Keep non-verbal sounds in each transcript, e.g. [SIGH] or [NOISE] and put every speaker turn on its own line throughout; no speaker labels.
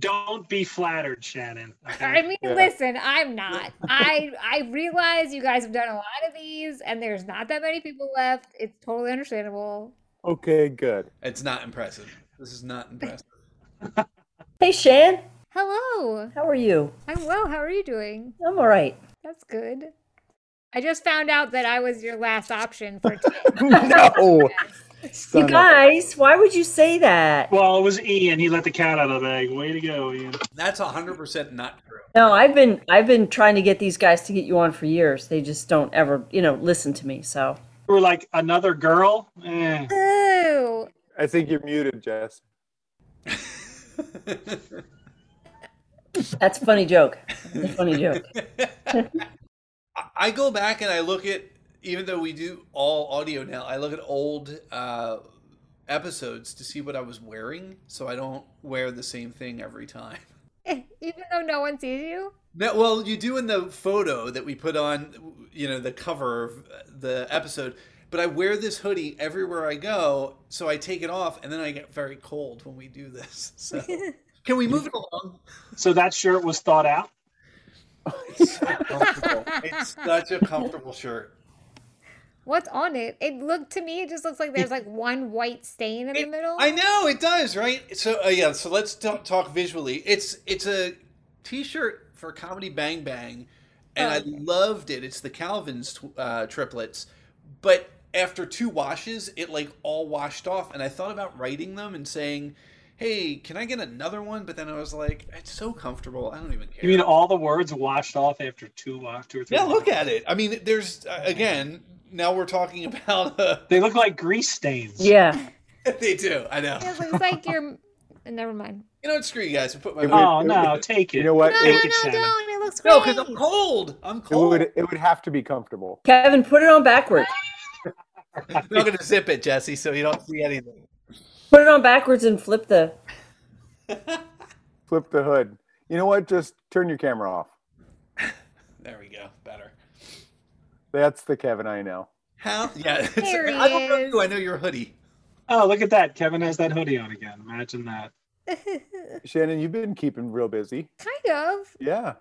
Don't be flattered, Shannon. okay?
[LAUGHS] I mean,
Yeah.
listen, I'm
[LAUGHS]
not. I I realize you guys have done a lot of these, and there's not that many people left. It's totally understandable. [LAUGHS]
Okay, good.
It's not impressive. This is not impressive.
Hey, Shan,
Hello,
how are you?
I'm well. How are you doing?
I'm all right.
That's good. I just found out that I was your last option
[LAUGHS]
for today.
no, Son
you
of a-
guys, why would you say that?
Well, it was Ian. He let the cat out of the bag. Way to go, Ian.
That's 100% not true.
No, I've been I've been trying to get these guys to get you on for years. They just don't ever, you know, listen to me. So
We were like another girl. Eh.
Ooh,
I think you're muted, Jess.
that's a funny joke. That's a funny joke.
[LAUGHS] I- I go back and I look at, even though we do all audio now, I look at old uh, episodes to see what I was wearing so I don't wear the same thing every time.
[LAUGHS]
[LAUGHS]
even though no one sees you.
No, well, you do in the photo that we put on, you know, the cover of the episode. But I wear this hoodie everywhere I go, so I take it off, and then I get very cold when we do this. [LAUGHS] So, can we move it along?
So that shirt was thought out. [LAUGHS]
It's so comfortable. It's such a comfortable shirt.
What's on it? It looked to me, it just looks like there's like one white stain in the middle.
I know it does, right? So uh, yeah, so let's t- talk visually. It's it's a t-shirt for Comedy Bang Bang, and I loved it. It's the Calvin's tw- uh, triplets, but after two washes, it like all washed off, and I thought about writing them and saying. Hey, can I get another one? But then I was like, it's so comfortable. I don't even care.
You mean all the words washed off after two, wa- two or three?
yeah, look
washes?
at it. I mean, there's uh, again. Now we're talking [LAUGHS] about. Uh,
They look like grease stains.
Yeah.
they do. I know.
It looks like you're. Never mind.
You know what? Screw you guys. I put my.
It would-
Oh no, take it.
You know what?
No, no, no,
It-
Take it, Shannon.
don't. It looks
No,
great.
because I'm cold. I'm
It
Oh.
cold.
would it would have to be comfortable.
Kevin, put it on backward.
I'm
[LAUGHS]
not going to zip it, Jesse, so you don't see anything.
Put it on backwards and flip the
Flip the hood. You know what? Just turn your camera off.
There we go. Better.
That's the Kevin I know.
How? Yeah. [LAUGHS] It's,
There he
I don't know
is.
you. I know your hoodie.
Oh, look at that. Kevin has that hoodie on again. Imagine that.
Shannon, you've been keeping real busy.
kind of.
Yeah,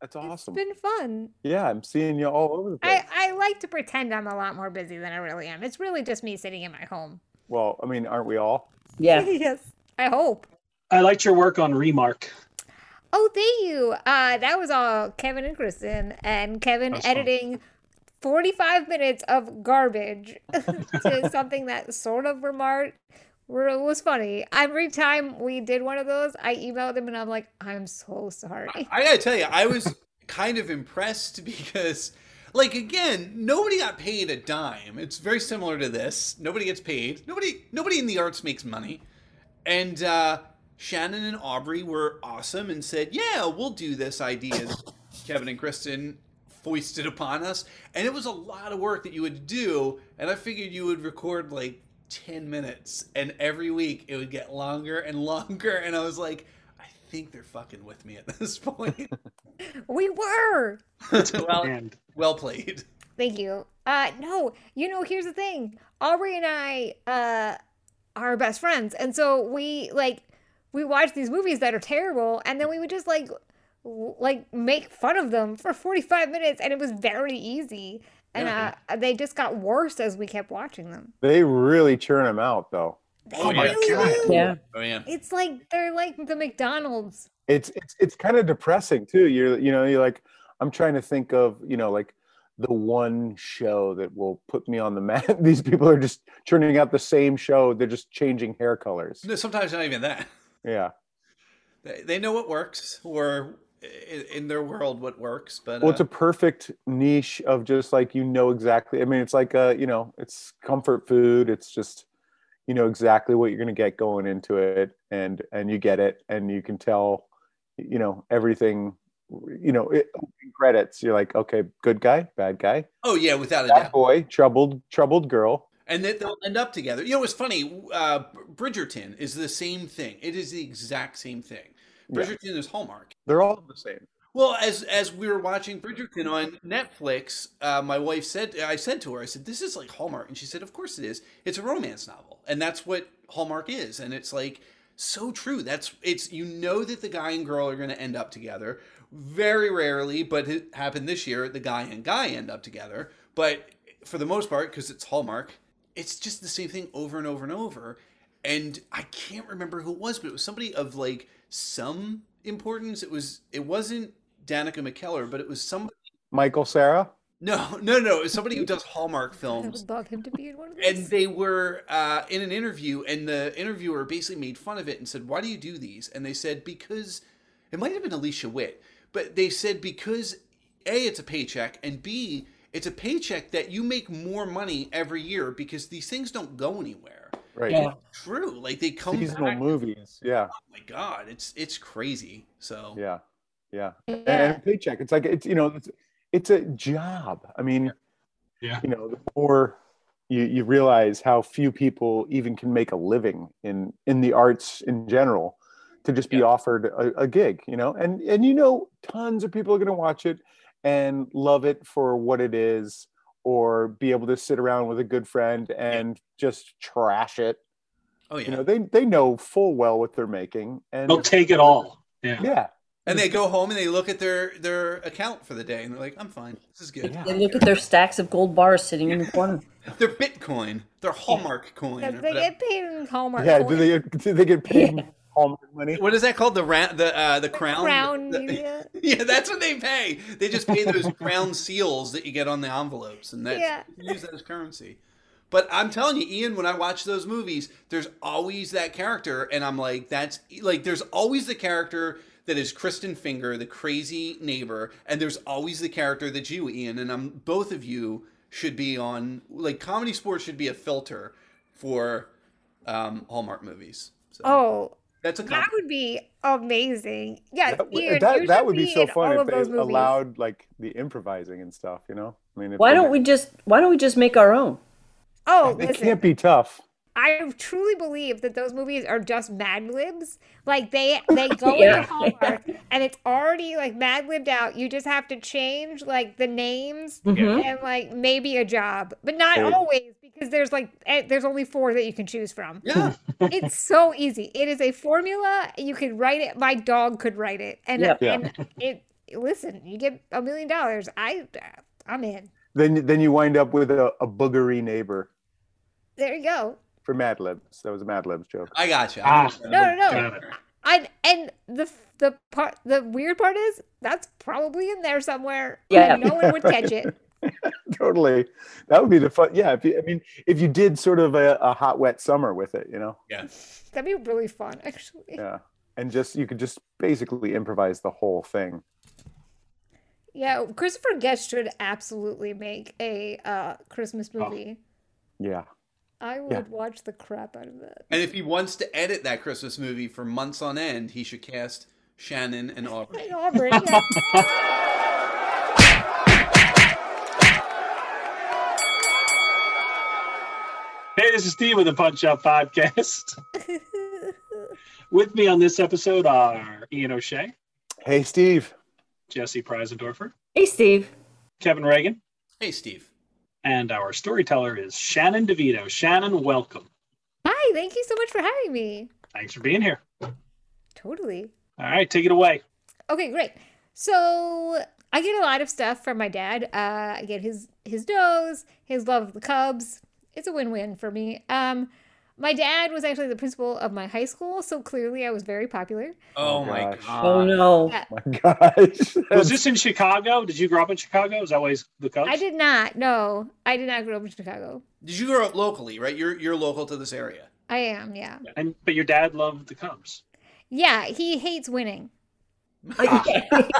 that's awesome.
It's been fun.
yeah, I'm seeing you all over the place.
I, I like to pretend I'm a lot more busy than I really am. It's really just me sitting in my
[LAUGHS]
home.
well, I mean, aren't we all?
Yeah.
yes. I hope.
I liked your work on Remark.
Oh, thank you. Uh, that was all Kevin and Kristen, and Kevin
That's fun.
editing 45 minutes of garbage [LAUGHS] to something that sort of remarked were, was funny. Every time we did one of those, I emailed him and I'm like, I'm so
[LAUGHS]
sorry.
I got to tell you, I was kind of impressed [LAUGHS] because, like, again, nobody got paid a dime. It's very similar to this. Nobody gets paid. Nobody, nobody in the arts makes money. And uh, Shannon and Aubrey were awesome and said, "Yeah, we'll do this idea." that Kevin and Kristen foisted upon us, and it was a lot of work that you would do. And I figured you would record like ten minutes, and every week it would get longer and longer. And I was like, "I think they're fucking with me at this point."
We were. Oh.
well,
And
well played.
Thank you. Uh no, you know, here's the thing. Aubrey and I uh are best friends. And so we like we watch these movies that are terrible and then we would just like w- like make fun of them for 45 minutes and it was very easy. And
Yeah.
uh they just got worse as we kept watching them.
They really churn them out, though.
They
Oh my
really
God.
do.
Yeah.
Oh man.
It's like they're like the McDonald's.
It's it's it's kind of depressing too. You're you know you're like I'm trying to think of you know like the one show that will put me on the [LAUGHS] map. These people are just churning out the same show. They're just changing hair colors.
No, sometimes not even that.
Yeah.
They they know what works, or in, in their world, what works. But
Well, it's
uh,
a perfect niche of just like you know exactly. I mean, it's like uh, you know, it's comfort food. It's just you know exactly what you're going to get going into it, and and you get it, and you can tell, you know, everything. You know, it, opening credits. You're like, okay, good guy, bad guy,
oh yeah, without a doubt.
bad boy, troubled, troubled girl.
and that they'll end up together. You know, it's funny. Uh, Bridgerton is the same thing. It is the exact same thing.
Yeah.
Bridgerton is Hallmark.
They're all the same.
Well, as as we were watching Bridgerton on Netflix, uh, my wife said, I said to her, I said, "This is like Hallmark," and she said, "Of course it is. It's a romance novel, and that's what Hallmark is." And it's like so true. That's it's you know that the guy and girl are going to end up together. Very rarely, but it happened this year. The guy and guy end up together, but for the most part, because it's Hallmark, it's just the same thing over and over and over. And I can't remember who it was, but it was somebody of like some importance. It was it wasn't Danica McKellar, but it was some
Michael Sarah.
no no no. It was somebody who does Hallmark
I
films
would love him to be in one of
and
these.
they were uh, in an interview and the interviewer basically made fun of it and said why do you do these and they said because it might have been alicia witt but they said because a it's a paycheck and b it's a paycheck that you make more money every year because these things don't go anywhere
Right.
Yeah.
true like they come
Seasonal
back.
movies. Yeah.
oh my god it's it's crazy so
Yeah. Yeah.
Yeah.
and paycheck. It's like it's you know it's, it's a job. I mean,
Yeah.
you know, the more you you realize how few people even can make a living in in the arts in general to just be
Yeah.
offered a, a gig, you know, and and you know, tons of people are going to watch it and love it for what it is, or be able to sit around with a good friend and just trash it.
oh yeah
You know, they they know full well what they're making, and
They'll take it all. Yeah.
yeah,
and they go home and they look at their their account for the day and they're like i'm fine this is good
Yeah.
They look at their stacks of gold bars sitting in the corner.
They're Bitcoin. They're Hallmark coin. or
Because they
whatever.
get paid in Hallmark.
yeah. Do
coins.
they do they get paid Hallmark money?
What is that called? The ra- the uh, the crown. [LAUGHS]
Crown
The-
media.
yeah, that's what they pay. They just pay those crown seals that you get on the envelopes, and that's
Yeah.
you use that as currency. But I'm telling you, Ian, when I watch those movies, there's always that character, and I'm like, that's like, there's always the character that is Kristen Finger, the crazy neighbor, and there's always the character that's you, Ian, and I'm both of you should be on like comedy sports should be a filter for um, Hallmark movies. So
Oh,
that's a compliment.
that would be amazing. Yeah,
That, w-
Ian,
that,
you
that
should
would be
be
so
in
fun
all
if
of
they
those movies.
allowed like the improvising and stuff. You know, I mean, if
Why
they-
don't we just Why don't we just make our own?
Oh,
It
listen.
can't be tough.
I truly believe that those movies are just Mad Libs. Like
[LAUGHS]
they they go
Yeah.
into Hallmark and it's already like Mad Libbed out. You just have to change like the names
Mhm.
and like maybe a job, but not
Right.
always because there's like eh, there's only four that you can choose from.
Yeah.
It's so easy. It is a formula. You could write it. My dog could write it, and
Yep.
Yeah.
and it. Listen, you get a million dollars. I I'm in.
Then then you wind up with a, a boogery neighbor
There you go.
for Mad Libs. That was a Mad Libs joke. [LAUGHS]
I got you.
Ah.
No, no, no.
Got it.
I and the f- the part the weird part is that's probably in there somewhere. [LAUGHS] and
Yeah.
no one would catch it.
totally, that would be the fun. Yeah, if you, I mean, if you did sort of a, a hot wet summer with it, you know,
That'd be really fun, actually. Yeah,
yeah, and just you could just basically improvise the whole thing.
Christopher Guest should absolutely make a uh, Christmas movie.
Yeah,
I would
Oh. Yeah.
watch the crap out of that.
And if he wants to edit that Christmas movie for months on end, he should cast Shannon and Aubrey.
And Aubrey, yeah.
Hey, this is Steve with the Punch Up
[LAUGHS]
Podcast. with me on this episode are Ian O'Shea,
hey Steve,
Jesse Preisendorfer,
Hey, Steve.
Kevin Reagan,
Hey, Steve.
and our storyteller is Shannon DeVito. Shannon, welcome.
Hi, thank you so much for having me.
Thanks for being here.
Totally.
All right, take it away.
Okay, great. So I get a lot of stuff from my dad. Uh, I get his his nose, his love of the Cubs. It's a win win for me. Um, my dad was actually the principal of my high school, so clearly I was very popular.
Oh,
Oh,
my
gosh.
god.
Oh no. [LAUGHS]
Yeah.
my [LAUGHS] gosh,
Was this in Chicago? Did you grow up in Chicago? Is that why he's the Cubs?
I did not. No, I did not grow up in Chicago.
Did you grow up locally, right? You're you're local to this area.
I am, yeah,
And but your dad loved the Cubs. [LAUGHS]
yeah. He hates winning. [LAUGHS]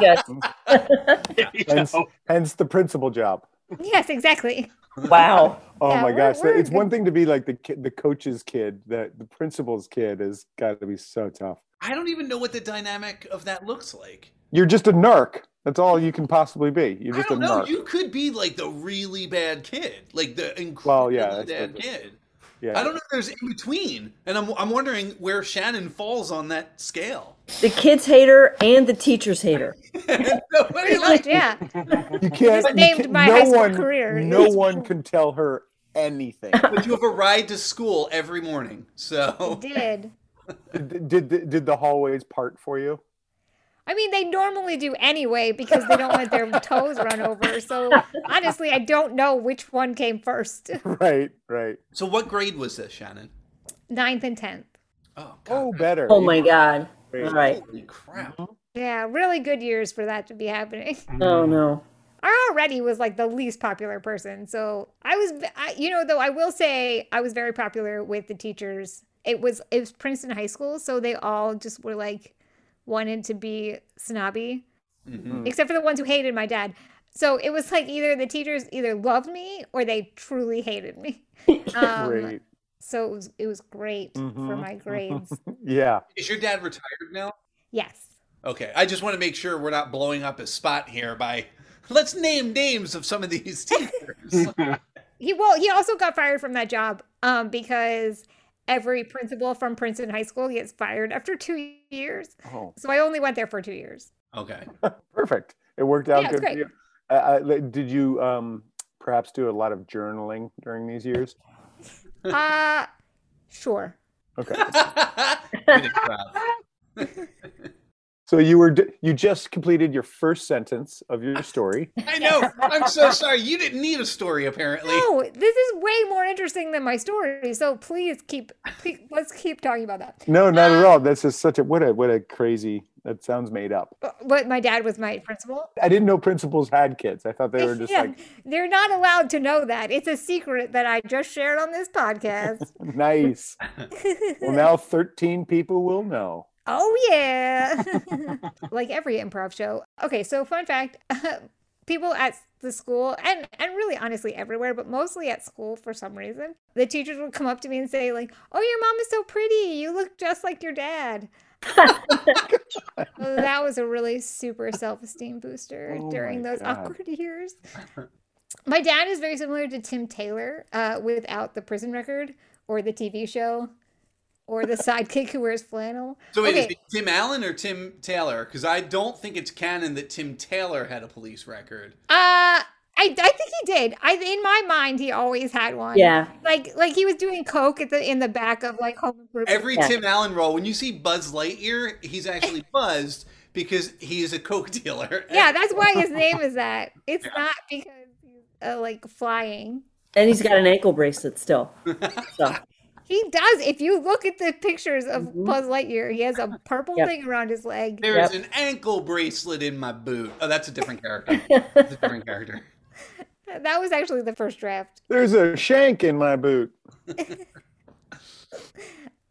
yes.
You
Hence-
know?
hence the principal job.
Yes, exactly. [LAUGHS]
Wow.
Oh
Yeah,
my
we're-
gosh,
we're
it's
good-
one thing to be like the kid, the coach's kid, the the principal's kid has got to be so tough.
I don't even know what the dynamic of that looks like.
You're just a narc. That's all you can possibly be. You're
I
just a
don't know.
narc.
You could be like the really bad kid, like the
Well,
incredibly
yeah, that's
bad
what-
kid.
yeah.
I don't know. If there's in between, and I'm I'm wondering where Shannon falls on that scale. [LAUGHS]
The kids hate her and the teachers hate her.
Nobody
Pretty much,
likes.
yeah.
You can't.
just
you
named
can't-
my
no
high school
one,
career. [LAUGHS]
No
It's-
one can tell her
[LAUGHS]
anything.
[LAUGHS]
But you have a ride to school every morning, so
Did
did, did did the hallways part for you? [LAUGHS]
I mean, they normally do anyway because they don't want their toes run over. So honestly, I don't know which one came first. [LAUGHS]
Right, right.
So what grade was this, Shannon?
Ninth and tenth.
Oh, God.
Oh, better.
Oh my god.
Great.
Right.
Holy crap.
Yeah, really good years for that to be happening. [LAUGHS]
Oh no.
I already was like the least popular person. So I was, I, you know, though I will say I was very popular with the teachers. It was it was Princeton High School, so they all just were like wanted to be snobby,
Mhm.
except for the ones who hated my dad. So it was like either the teachers either loved me or they truly hated me. Um,
Great.
So it was it was great for
Mhm,
my grades.
Yeah.
Is your dad retired now?
yes.
Okay, I just want to make sure we're not blowing up his spot here by let's name names of some of these teachers.
he well he also got fired from that job um because every principal from princeton high school gets fired after two years
Oh,
so i only went there for two years
okay. [LAUGHS]
perfect. It worked out
Yeah, it was
good. For
great.
you. Uh, uh, did you um, perhaps do a lot of journaling during these years? [LAUGHS]
uh sure
Okay.
Good crowd.
So you were d- you just completed your first sentence of your story.
I know. I'm so sorry. You didn't need a story, apparently.
no this is way more interesting than my story so please keep please, let's keep talking about that
No, not at all. That's just such a what a what a crazy. That sounds made up.
But- but my dad was my principal
I didn't know principals had kids. I thought they were
[LAUGHS]
just
Yeah,
like
they're not allowed to know that it's a secret that i just shared on this podcast
nice. well, now thirteen people will know.
Oh
[LAUGHS]
yeah. [LAUGHS] like every improv show. Okay, so fun fact, [LAUGHS] people at the school and and really honestly everywhere, but mostly at school for some reason, the teachers would come up to me and say like, "Oh, your mom is so pretty. You look just like your
[LAUGHS]
dad." So that was a really super self-esteem booster
Oh
during
my
those
God.
awkward
[LAUGHS]
years. My dad is very similar to Tim Taylor uh, without the prison record or the TV show or the sidekick who wears flannel.
So wait, is
Okay.
it Tim Allen or Tim Taylor? Because I don't think it's canon that Tim Taylor had a police record.
Uh, I, I think he did. I in my mind he always had one.
Yeah.
Like like he was doing coke at the in the back of like home improvement.
Every
Yeah.
Tim Allen role, when you see Buzz Lightyear, he's actually buzzed because he is a coke [LAUGHS] dealer.
yeah, that's why
[LAUGHS]
his name is that. It's not because he's uh, like flying.
And he's got an ankle bracelet still. [GASPS] So
He does. If you look at the pictures of
Mhm.
Buzz Lightyear, he has
[LAUGHS]
a purple
Yep.
thing around his leg.
There
Yep.
is an ankle bracelet in my boot. Oh, that's a different character. That's a different character.
That was actually the first draft. [LAUGHS]
There's a shank in my boot.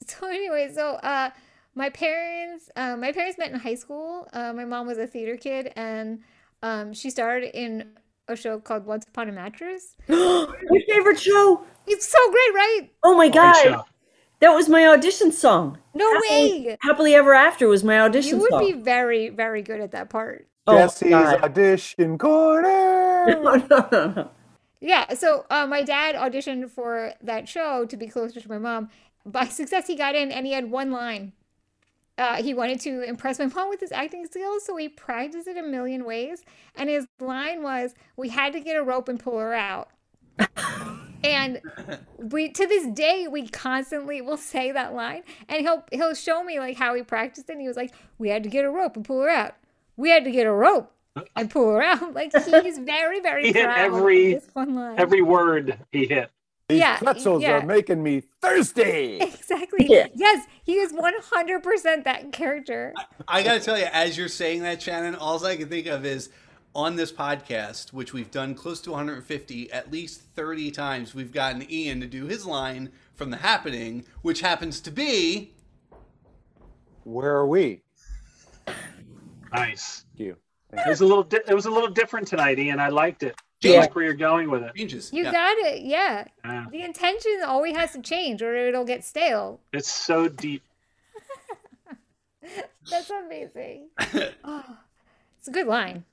So anyway, so uh, my parents, uh, my parents met in high school. Uh, my mom was a theater kid, and um, she starred in a show called Once Upon a Mattress.
my favorite show.
It's so great, right?
Oh my
show.
god. That was my audition song.
No way.
Happily Ever After was my audition
You would
song.
be very, very good at that part.
Oh, my
Jesse's
God. Uh,
audition corner.
[LAUGHS] No, no, no, no.
Yeah. So uh, my dad auditioned for that show to be closer to my mom. By [LAUGHS] success, he got in, and he had one line. Uh, he wanted to impress my [LAUGHS] mom with his acting skills, so he practiced it a million ways. And his line was, "We had to get a rope and pull her out." and we to this day we constantly will [LAUGHS] say that line, and he'll he'll show me like how he practiced it. And he was like, "We had to get a rope and pull her out. We had to get a rope and pull her out." [LAUGHS] Like he's very
[LAUGHS]
very
He hit
proud of
every-
this [LAUGHS] one line.
Every word he hit.
These
Yeah,
pretzels
yeah.
are making me
[LAUGHS]
thirsty.
Exactly.
Yeah.
Yes, he is 100% that character.
I got to tell you, as you're saying that, Shannon, all I can think of is on this podcast, which we've done close to 150, at least 30 times, we've gotten Ian to do his line from The Happening, which happens to be.
Where are we?
Nice.
Thank you.
It was a little. Di- it was a little different tonight, Ian. I liked it. I
Yeah.
like where you're going with it.
Changes.
You
yeah.
got it. Yeah.
Yeah.
The intention always has to change or it'll get stale.
It's so deep.
That's amazing. Oh, it's a good line.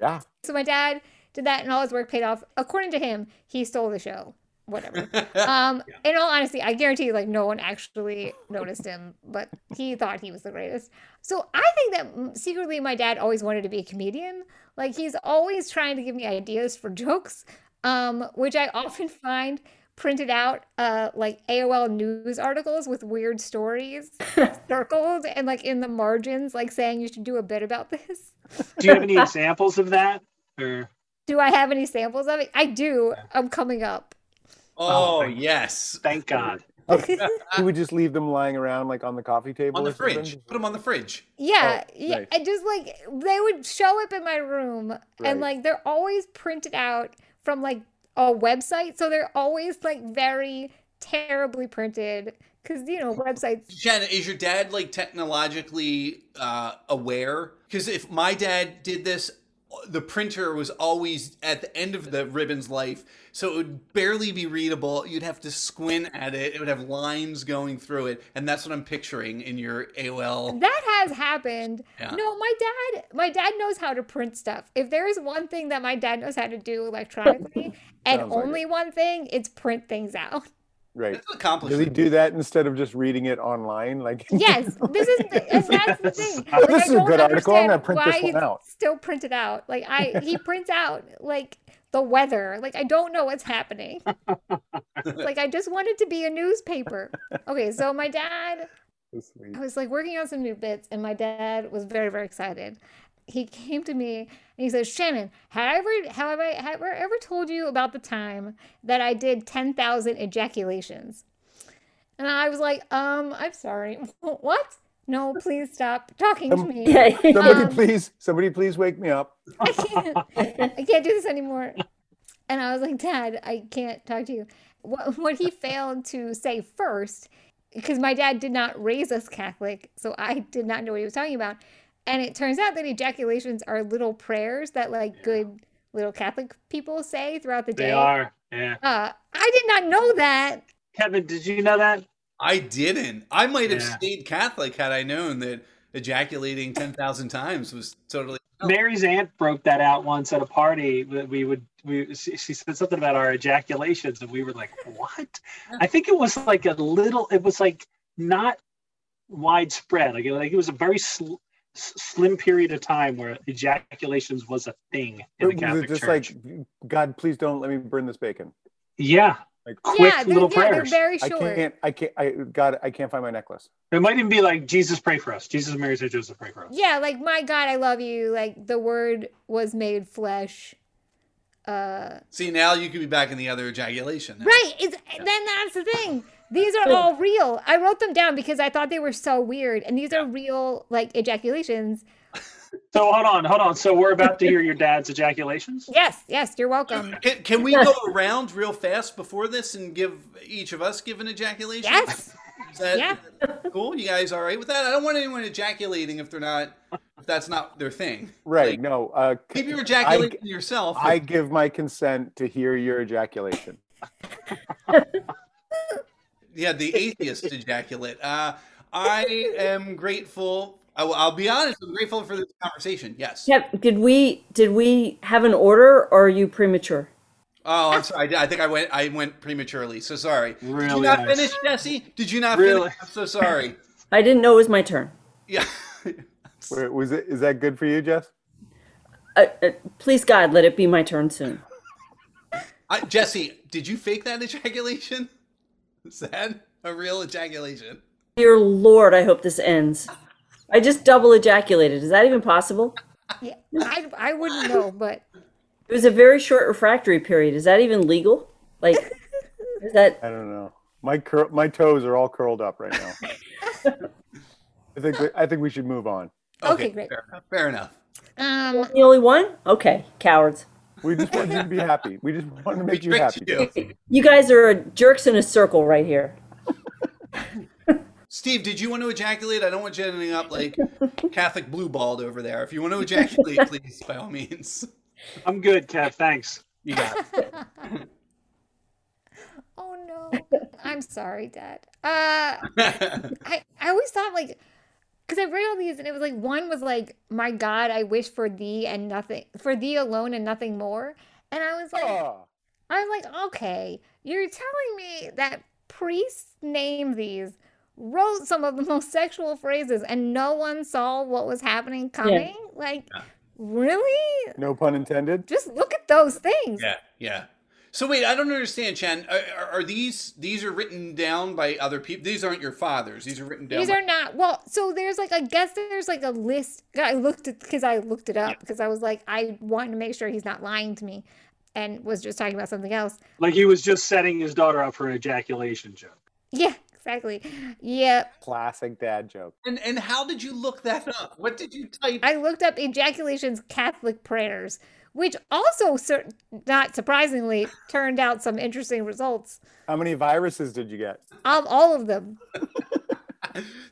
Yeah.
So my dad did that, and all his work paid off. According to him, he stole the show. Whatever. um, In all honesty, I guarantee, like, no one actually noticed him, but he thought he was the greatest. So I think that mm, secretly, my dad always wanted to be a comedian. Like, he's always trying to give me ideas for jokes, um, which I often find printed out uh like AOL news articles with weird stories circled and like in the margins like saying you should do a bit about this.
Do you have any examples of that? Or
Do I have any samples of it? I do. I'm coming
[LAUGHS]
up.
Oh,
Oh,
thank-
yes.
thank God.
Oh, You would just leave them lying around like on the coffee table
On the
or something?
fridge. Put them on the fridge.
[LAUGHS] Yeah, yeah.
oh, nice.
And just like they would show up in my room,
Right.
and like they're always printed out from like a website, so they're always like very terribly printed because you know websites.
Shannon, is your dad like technologically uh, aware? Because if my dad did this, the printer was always at the end of the ribbon's life, so it would barely be readable. You'd have to squint at it. It would have lines going through it, and that's what I'm picturing in your AOL.
That has happened.
Yeah.
No, my dad, my dad knows how to print stuff. If there is one thing that my dad knows how to do
[LAUGHS]
electronically, and
Sounds like it.
only one thing, it's print things out.
Right.
That's
Does he
accomplished.
do that instead of just reading it online? [LAUGHS] Like
Yes, this is the, and that's the
[LAUGHS]
thing.
Oh,
Like,
this
I
is a
don't
good article. I'm gonna
understand
print this
why
one
it's
out.
Still printed out. Like I,
[LAUGHS]
he prints out like the weather. Like I don't know what's happening.
[LAUGHS]
It's like I just want it to be a newspaper. Okay, so my dad, I was like working on some new bits, and my dad was very very excited. He came to me and he says, "Shannon, have I ever, have I, have I ever told you about the time that I did ten thousand ejaculations?" And I was like, um, I'm sorry. [LAUGHS] What? No, please stop talking to
Um,
me.
Yeah.
Somebody
Um,
please, somebody please wake me up.
[LAUGHS] I can't. I can't do this anymore. And I was like, Dad, I can't talk to you. What, what he failed to say first, because my dad did not raise us Catholic, so I did not know what he was talking about. And it turns out that ejaculations are little prayers that like good little Catholic people say throughout the
They
day.
are. Yeah.
Uh, I did not know that.
Kevin, did you know that?
I didn't. I might have
Yeah.
stayed Catholic had I known that ejaculating ten thousand times was totally.
Oh.
Mary's aunt broke that out once at a party. that We would we she, she said something about our ejaculations, and we were like, "What?" I think it was like a little. It was like not widespread. Like it, like it was a very sl- s- slim period of time where ejaculations was a thing in the
It was
Catholic
just
Church.
like God, please don't let me burn this bacon.
yeah,
Like
quick
yeah, they're,
little
yeah,
prayers.
they're very
I
short.
can't I can't I God, I can't find my necklace.
It might even be like Jesus, pray for us. Jesus, Mary, Saint Joseph, pray for us.
yeah like my god i love you like the word was made flesh uh
See now you could be back in the other ejaculation. now.
right it's then that's the thing these are all real i wrote them down because i thought they were so weird and these are real like ejaculations
So hold on, hold on. So we're about to hear your dad's ejaculations.
yes yes you're [LAUGHS] welcome
[LAUGHS] Can, can we go around real fast before this and give each of us give an ejaculation?
yes
Is that
yeah.
cool? You guys all right with that? I don't want anyone ejaculating if they're not if that's not their thing.
Right.
Like,
no. Uh
Keep your ejaculating to yourself.
I give my consent to hear your ejaculation.
yeah, the atheist ejaculate. Uh, I am grateful. I will, I'll be honest. I'm grateful for this conversation. Yes.
Kev, did we did we have an order or are you premature?
Oh, I'm sorry. I did- I think I went. I went prematurely. So sorry. Did
Really
you not
nice.
finish, Jesse? Did you not
Really?
finish? I'm so sorry.
I didn't know it was my turn.
Yeah. [LAUGHS]
Where, was it is that good for you, Jess?
Uh, uh, please God, let it be my turn soon.
I, Jesse, did you fake that ejaculation? [LAUGHS] Is that a real ejaculation?
Dear Lord, I hope this ends. I just double ejaculated. Is that even possible?
yeah. I, I wouldn't know but
It was a very short refractory period. Is that even legal? Like, is that
I don't know. My cur- my toes are all curled up right now. I think we- I think we should move on.
Okay, great.
Fair enough. Fair enough.
um
the only one? Okay, cowards.
We just wanted you to be happy. We just wanted to make you
Tricked
happy.
you.
You guys are jerks in a circle right here.
Steve, did you want to ejaculate? I don't want you ending
[LAUGHS]
up like Catholic blue balled over there. If you want to ejaculate, please, by all means.
I'm good, Kev. Thanks.
You got it.
oh no i'm sorry dad uh I, I always thought like because I read all these and it was like one was like, My God, I wish for thee and nothing for thee alone and nothing more. And I was like
Ah,
I was like, okay, you're telling me that priests named these, wrote some of the [LAUGHS] most sexual phrases, and no one saw what was happening coming? Like, really?
no pun intended.
Just look at those things.
[LAUGHS] yeah, yeah. So wait, I don't understand, Chan. Are, are- are these these are written down by other people? These aren't your fathers. These are written down.
These
by-
are not well. So there's like I guess there's like a list. I looked at because I looked it up because I was like I wanted to make sure he's not lying to me, and was just talking about something else.
Like he was just setting his daughter up for an ejaculation joke.
Yeah, exactly. Yeah,
Classic dad joke.
and and how did you look that up? What did you type?
I looked up ejaculations Catholic prayers, which also cer- not surprisingly turned out some interesting results.
How many viruses did you get?
Um, all of them.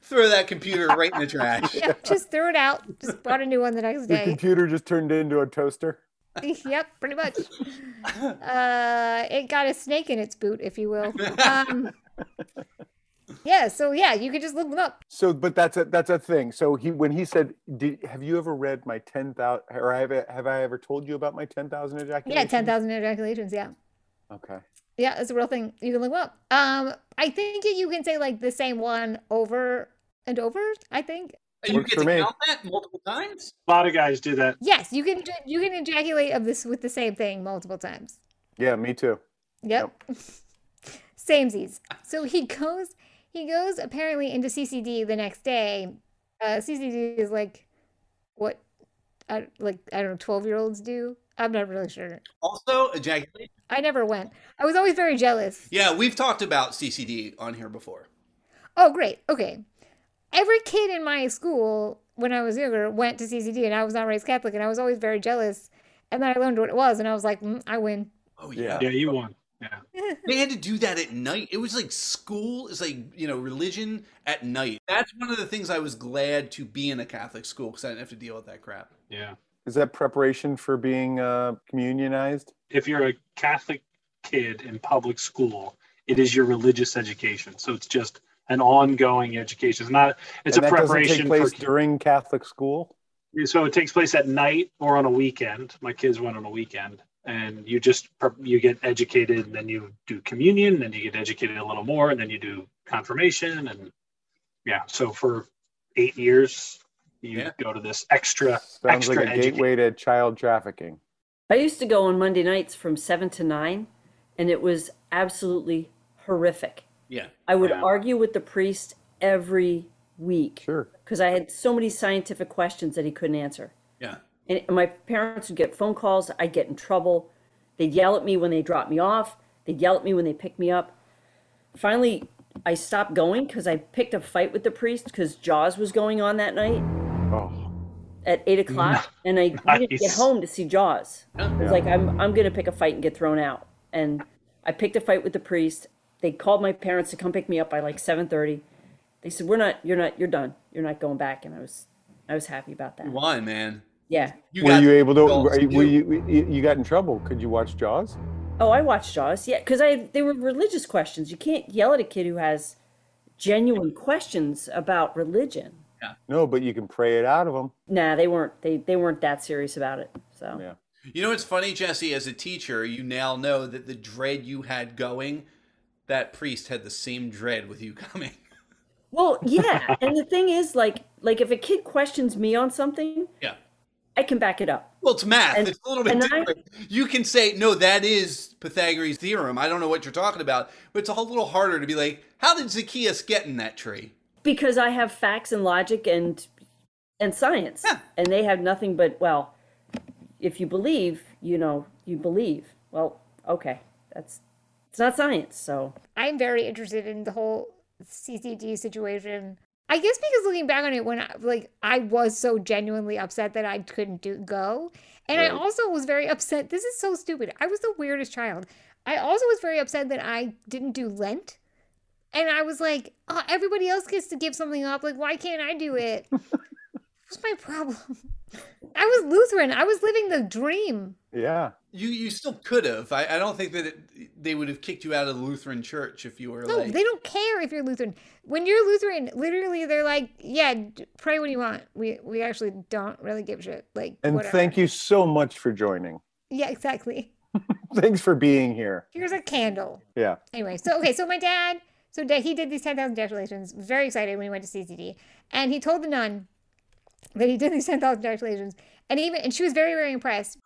Throw that computer right in the trash.
Yeah, just threw it out. Just bought a new one the next
Your
day.
computer just turned into a toaster.
[LAUGHS] yep, pretty much. Uh, it got a snake in its boot, if you will. Um, yeah, so yeah, you could just look them up.
So, but that's a that's a thing. So he when he said, "Did have you ever read my ten thousand? Or have I, have I ever told you about my ten thousand
Yeah,
ejaculations?"
ten thousand ejaculations. Yeah,
Okay.
yeah, it's a real thing. You can look them up. Um, I think you can say like the same one over and over. I think
And you
Works
get
for
to
me.
count that multiple times.
A lot of guys do that.
yes, you can. eja- You can ejaculate of this with the same thing multiple times.
Yeah, me too.
Yep. [LAUGHS] Samesies. So he goes he goes apparently into CCD the next day. Uh CCD is like what I, like I don't know 12 year olds do. I'm not really sure.
Also, ejaculation.
I never went. I was always very jealous.
Yeah, we've talked about CCD on here before.
Oh great. Okay. Every kid in my school when I was younger went to CCD and I was not raised Catholic and I was always very jealous. And then I learned what it was and I was like, mm, I win.
Oh
Yeah.
Yeah, you won. Yeah.
They had to do that at night. It was like school is like, you know, religion at night. That's one of the things I was glad to be in a Catholic school because I didn't have to deal with that crap.
Yeah.
Is that preparation for being uh, communionized?
If you're a Catholic kid in public school, it is your religious education. So it's just an ongoing education. It's not it's
And
a
that doesn't
preparation
take place
for
during Catholic school.
so it takes place at night or on a weekend. My kids went on a weekend and you just prep- you get educated and then you do communion, then you get educated a little more and then you do confirmation and yeah, so for 8 years you
Yeah.
go to this extra
Sounds like
extra
a
education.
gateway to child trafficking.
I used to go on Monday nights from seven to nine, and it was absolutely horrific.
Yeah.
I would
Yeah.
argue with the priest every week
Sure.
because I had so many scientific questions that he couldn't answer.
Yeah.
And my parents would get phone calls. I'd get in trouble. They'd yell at me when they dropped me off. They'd yell at me when they picked me up. Finally, I stopped going because I picked a fight with the priest because Jaws was going on that night
Oh,
at eight o'clock, and I we didn't get
Nice.
home to see Jaws.
Yeah.
I was like, I'm I'm gonna pick a fight and get thrown out. And I picked a fight with the priest. They called my parents to come pick me up by like seven thirty. They said, We're not you're not you're done. You're not going back. And I was I was happy about that.
Why, man?
Yeah.
were
got
you able to?
adults
Were you, were
do.
you, you you got in trouble? Could you watch Jaws?
Oh, I watched Jaws. Yeah, because I they were religious questions. You can't yell at a kid who has genuine questions about religion.
No, but you can pray it out of them.
Nah, they weren't they they weren't that serious about it. So
Yeah.
You know what's funny, Jesse? As a teacher, you now know that the dread you had going, that priest had the same dread with you [LAUGHS] coming.
Well, yeah, and the thing is, like, like if a kid questions me on something,
Yeah.
I can back it up.
Well, it's math.
And-
it's a little bit
and I-
different. you can say, no, that is Pythagoras' theorem. I don't know what you're talking about. But it's a whole little harder to be like, how did Zacchaeus get in that tree?
because I have facts and logic and and science,
Yeah.
and they have nothing but well. If you believe, you know, you believe. Well, okay, that's it's not science, so
I'm very interested in the whole CCD situation. I guess because looking back on it, when I, like I was so genuinely upset that I couldn't do go, and I
Right.
also was very upset. This is so stupid. I was the weirdest child. I also was very upset that I didn't do Lent, and I was like, oh, everybody else gets to give something up. Like, why can't I do it? What's my problem? I was Lutheran. I was living the dream.
Yeah.
You you still could have. I, I don't think that it, they would have kicked you out of the Lutheran church if you were
No,
like.
they don't care if you're Lutheran. When you're Lutheran, literally they're like, yeah, d- pray what you want. We we actually don't really give a shit. Like
And
whatever.
thank you so much for joining. [LAUGHS]
Yeah, exactly. [LAUGHS]
Thanks for being here.
Here's a candle.
Yeah.
Anyway, so okay, so my dad, so da- he did these 10,000 ejaculations, very excited when he went to CCD.
[LAUGHS]
And he told the nun that he did these 10,000 ejaculations. And even and she was very very impressed.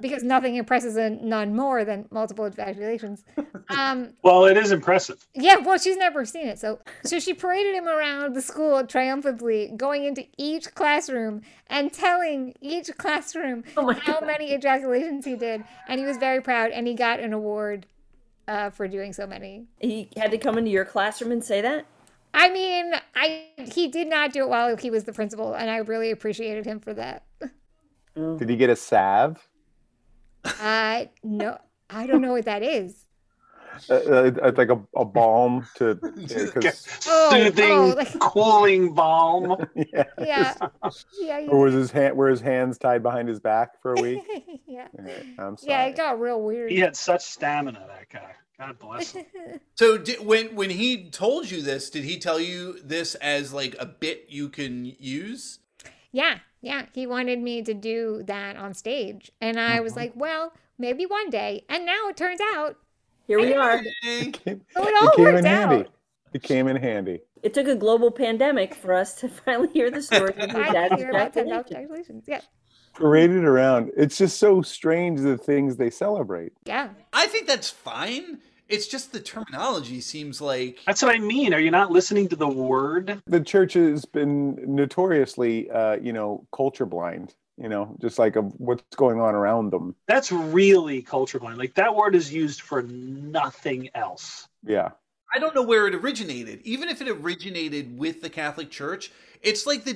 because nothing impresses a nun more than multiple
[LAUGHS]
ejaculations. Um,
Well, it is impressive.
yeah, well, she's never seen it, so so she paraded him around the school triumphantly, going into each classroom and telling each classroom
Oh my
how many ejaculations he did, and he was very proud, and he got an award uh, for doing so many.
He had to come into your classroom and say that?
I mean, I he did not do it while he was the principal, and I really appreciated him for that.
Did he get a salve?
Uh, no, I don't know what that
[LAUGHS]
is.
Uh, uh, it's like a, a balm
[LAUGHS]
to
Okay.
because
Oh,
Soothing,
oh, like-
cooling balm.
[LAUGHS]
[LAUGHS]
yeah.
Yeah, yeah,
Or
you-
was his hand were his hands tied behind his back for a week?
[LAUGHS] yeah,
All right, I'm sorry.
yeah. It got real weird.
He had such stamina, that guy. God bless
[LAUGHS]
him.
So di when when he told you this, did he tell you this as like a bit you can use?
Yeah, yeah. He wanted me to do that on stage, and I
Uh-huh.
was like, well, maybe one day. And now it turns out,
Here we are.
Eh,
[LAUGHS]
It came,
oh, it
[LAUGHS] it
all
came in
worked out.
handy. It came in handy.
It took a global pandemic for us to [LAUGHS] finally hear the story of your
I didn't
dad's
hear about ten thousand
ejaculation.
ejaculations. Yeah,
Paraded around. It's just so strange the things they celebrate.
yeah.
I think that's fine. It's just the terminology seems like
That's what I mean. Are you not listening to the word?
The church has been notoriously, uh, you know, culture blind. You know, just like of what's going on around them.
That's really culture blind. Like that word is used for nothing else.
Yeah,
I don't know where it originated. Even if it originated with the Catholic Church, it's like the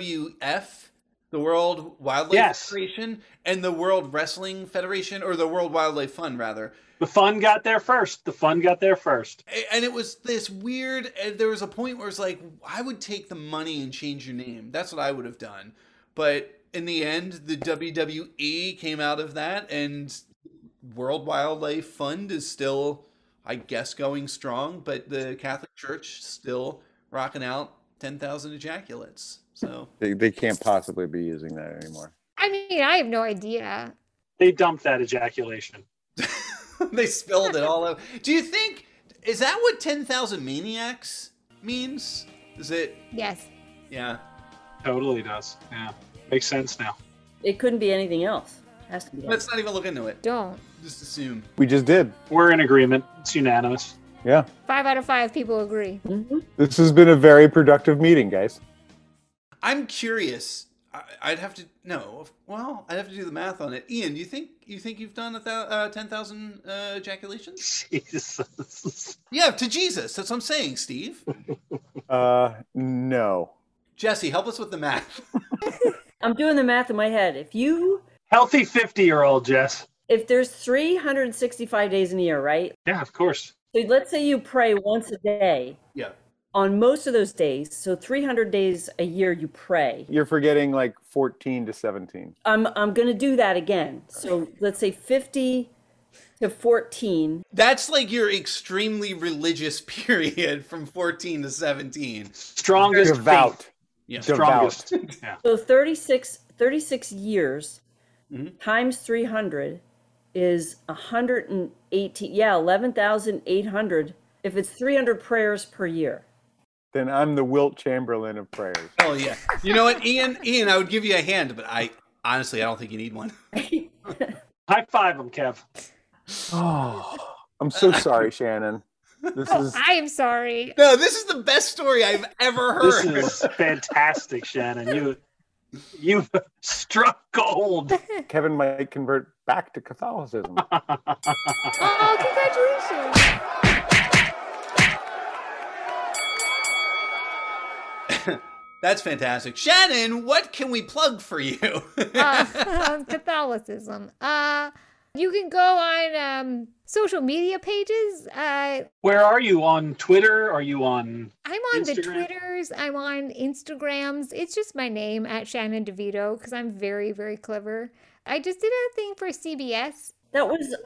WWF, the World Wildlife
Yes.
Federation, and the World Wrestling Federation, or the World Wildlife Fund, rather.
The fun got there first. The fun got there first.
A- And it was this weird. And there was a point where it's like, I would take the money and change your name. That's what I would have done. But in the end, the WWE came out of that, and World Wildlife Fund is still, I guess, going strong. But the Catholic Church still rocking out ten thousand ejaculates. So [LAUGHS]
they, they can't possibly be using that anymore.
I mean, I have no idea.
They dumped that ejaculation.
they spilled it all over. Do you think is that what ten thousand maniacs means? Is it?
Yes.
Yeah.
Totally does. Yeah. Makes sense now.
It couldn't be anything else. Has to be. that.
Let's not even look into it.
Don't.
Just assume.
We just did.
We're in agreement. It's unanimous. [LAUGHS]
Yeah.
Five out of five people agree.
Mm-hmm.
This has been a very productive meeting, guys.
I'm curious. I, I'd have to no. if- Well, I'd have to do the math on it. Ian, you think you think you've done a thou, uh, ten thousand uh, ejaculations?
Jesus.
Yeah, to Jesus. That's what I'm
[LAUGHS]
saying, Steve.
Uh, no.
Jesse, help us with
[LAUGHS]
the math.
I'm doing the math in my head. If you
Healthy 50 year old, Jess.
if there's 365 days in a year, right?
Yeah, of course.
So let's say you pray once a day.
yeah.
On most of those days, so 300 days a year you pray.
You're forgetting like 14 to 17.
I'm I'm going to do that again. So let's say 50 to 14.
That's like your extremely religious [LAUGHS] period from 14 to 17.
Strongest. faith.
Devout.
Yeah.
Strongest. Yeah.
So 36 36 years
Mhm.
times 300 is 118 yeah, 11,800 if it's 300 prayers per year.
Then I'm the Wilt Chamberlain of prayers.
Oh yeah. You know what, Ian? Ian, I would give you a hand, but I honestly I don't think you need one. [LAUGHS]
High five him, Kev.
Oh, I'm so sorry, Shannon. This
Oh,
is
[LAUGHS]
I am sorry.
No, this is the best story I've ever heard.
This is fantastic, Shannon. You you [LAUGHS] struck gold.
Kevin might convert back to Catholicism.
Oh,
[LAUGHS]
congratulations.
That's fantastic. Shannon, what can we plug for you? [LAUGHS]
uh, Catholicism. Uh, you can go on um, social media pages. Uh,
Where are you on Twitter? Are you on?
I'm on the
Instagram.
Twitters. I'm on Instagrams. It's just my name at Shannon DeVito because I'm very, very clever. I just did a thing for CBS.
That was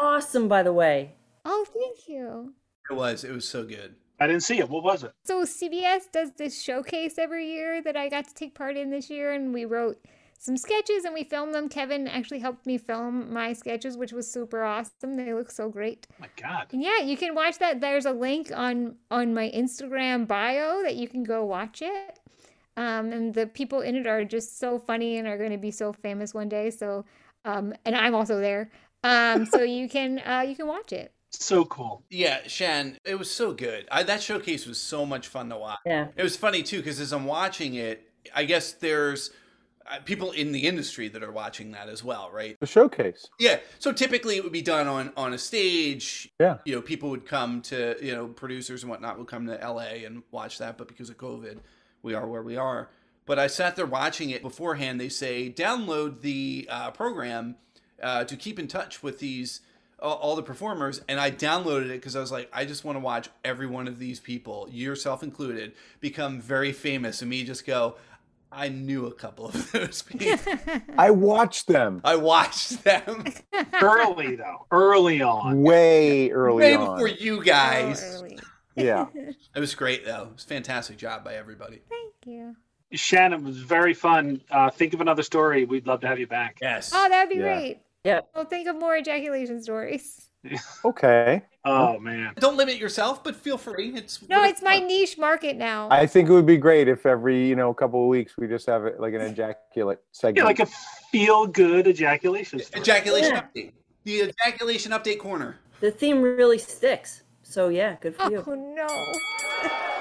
awesome by the way.
Oh, thank you.
It was. It was so good.
I didn't see it. What was it?
So CBS does this showcase every year that I got to take part in this year, and we wrote some sketches and we filmed them. Kevin actually helped me film my sketches, which was super awesome. They look so great.
Oh my God.
And yeah, you can watch that. There's a link on on my Instagram bio that you can go watch it. Um, and the people in it are just so funny and are going to be so famous one day. So um, and I'm also there. Um, so you can uh, you can watch it.
So cool.
Yeah, Shan, it was so good. I, that showcase was so much fun to watch.
Yeah.
It was funny too because as I'm watching it, I guess there's uh, people in the industry that are watching that as well, right?
The showcase.
Yeah. So typically it would be done on on a stage.
Yeah.
You know, people would come to you know producers and whatnot would come to L.A. and watch that, but because of COVID, we are where we are. But I sat there watching it beforehand. They say download the uh, program uh, to keep in touch with these all, all the performers, and I downloaded it because I was like, I just want to watch every one of these people, yourself included, become very famous, and me just go. I knew a couple of [LAUGHS] those people.
[LAUGHS] I watched them
I watched them.
[LAUGHS]
Early though, early on.
way early
way
on.
before you
So
guys.
early.
Yeah.
It was great though. It was a fantastic job by everybody.
[LAUGHS] Thank you.
Shannon it was very fun. Uh, think of another story. We'd love to have you back.
Yes.
Oh, that'd be
Yeah.
great.
Yeah.
Well, think of more ejaculation stories.
Okay.
Oh man.
Don't limit yourself, but feel free. It's
No,
what-
it's my niche market now.
I think it would be great if every, you know, couple of weeks we just have it like an ejaculate segment.
Yeah, like a feel good ejaculation story.
ejaculation
Yeah.
update. The ejaculation update corner.
The theme really sticks. So yeah, good for you.
Oh no.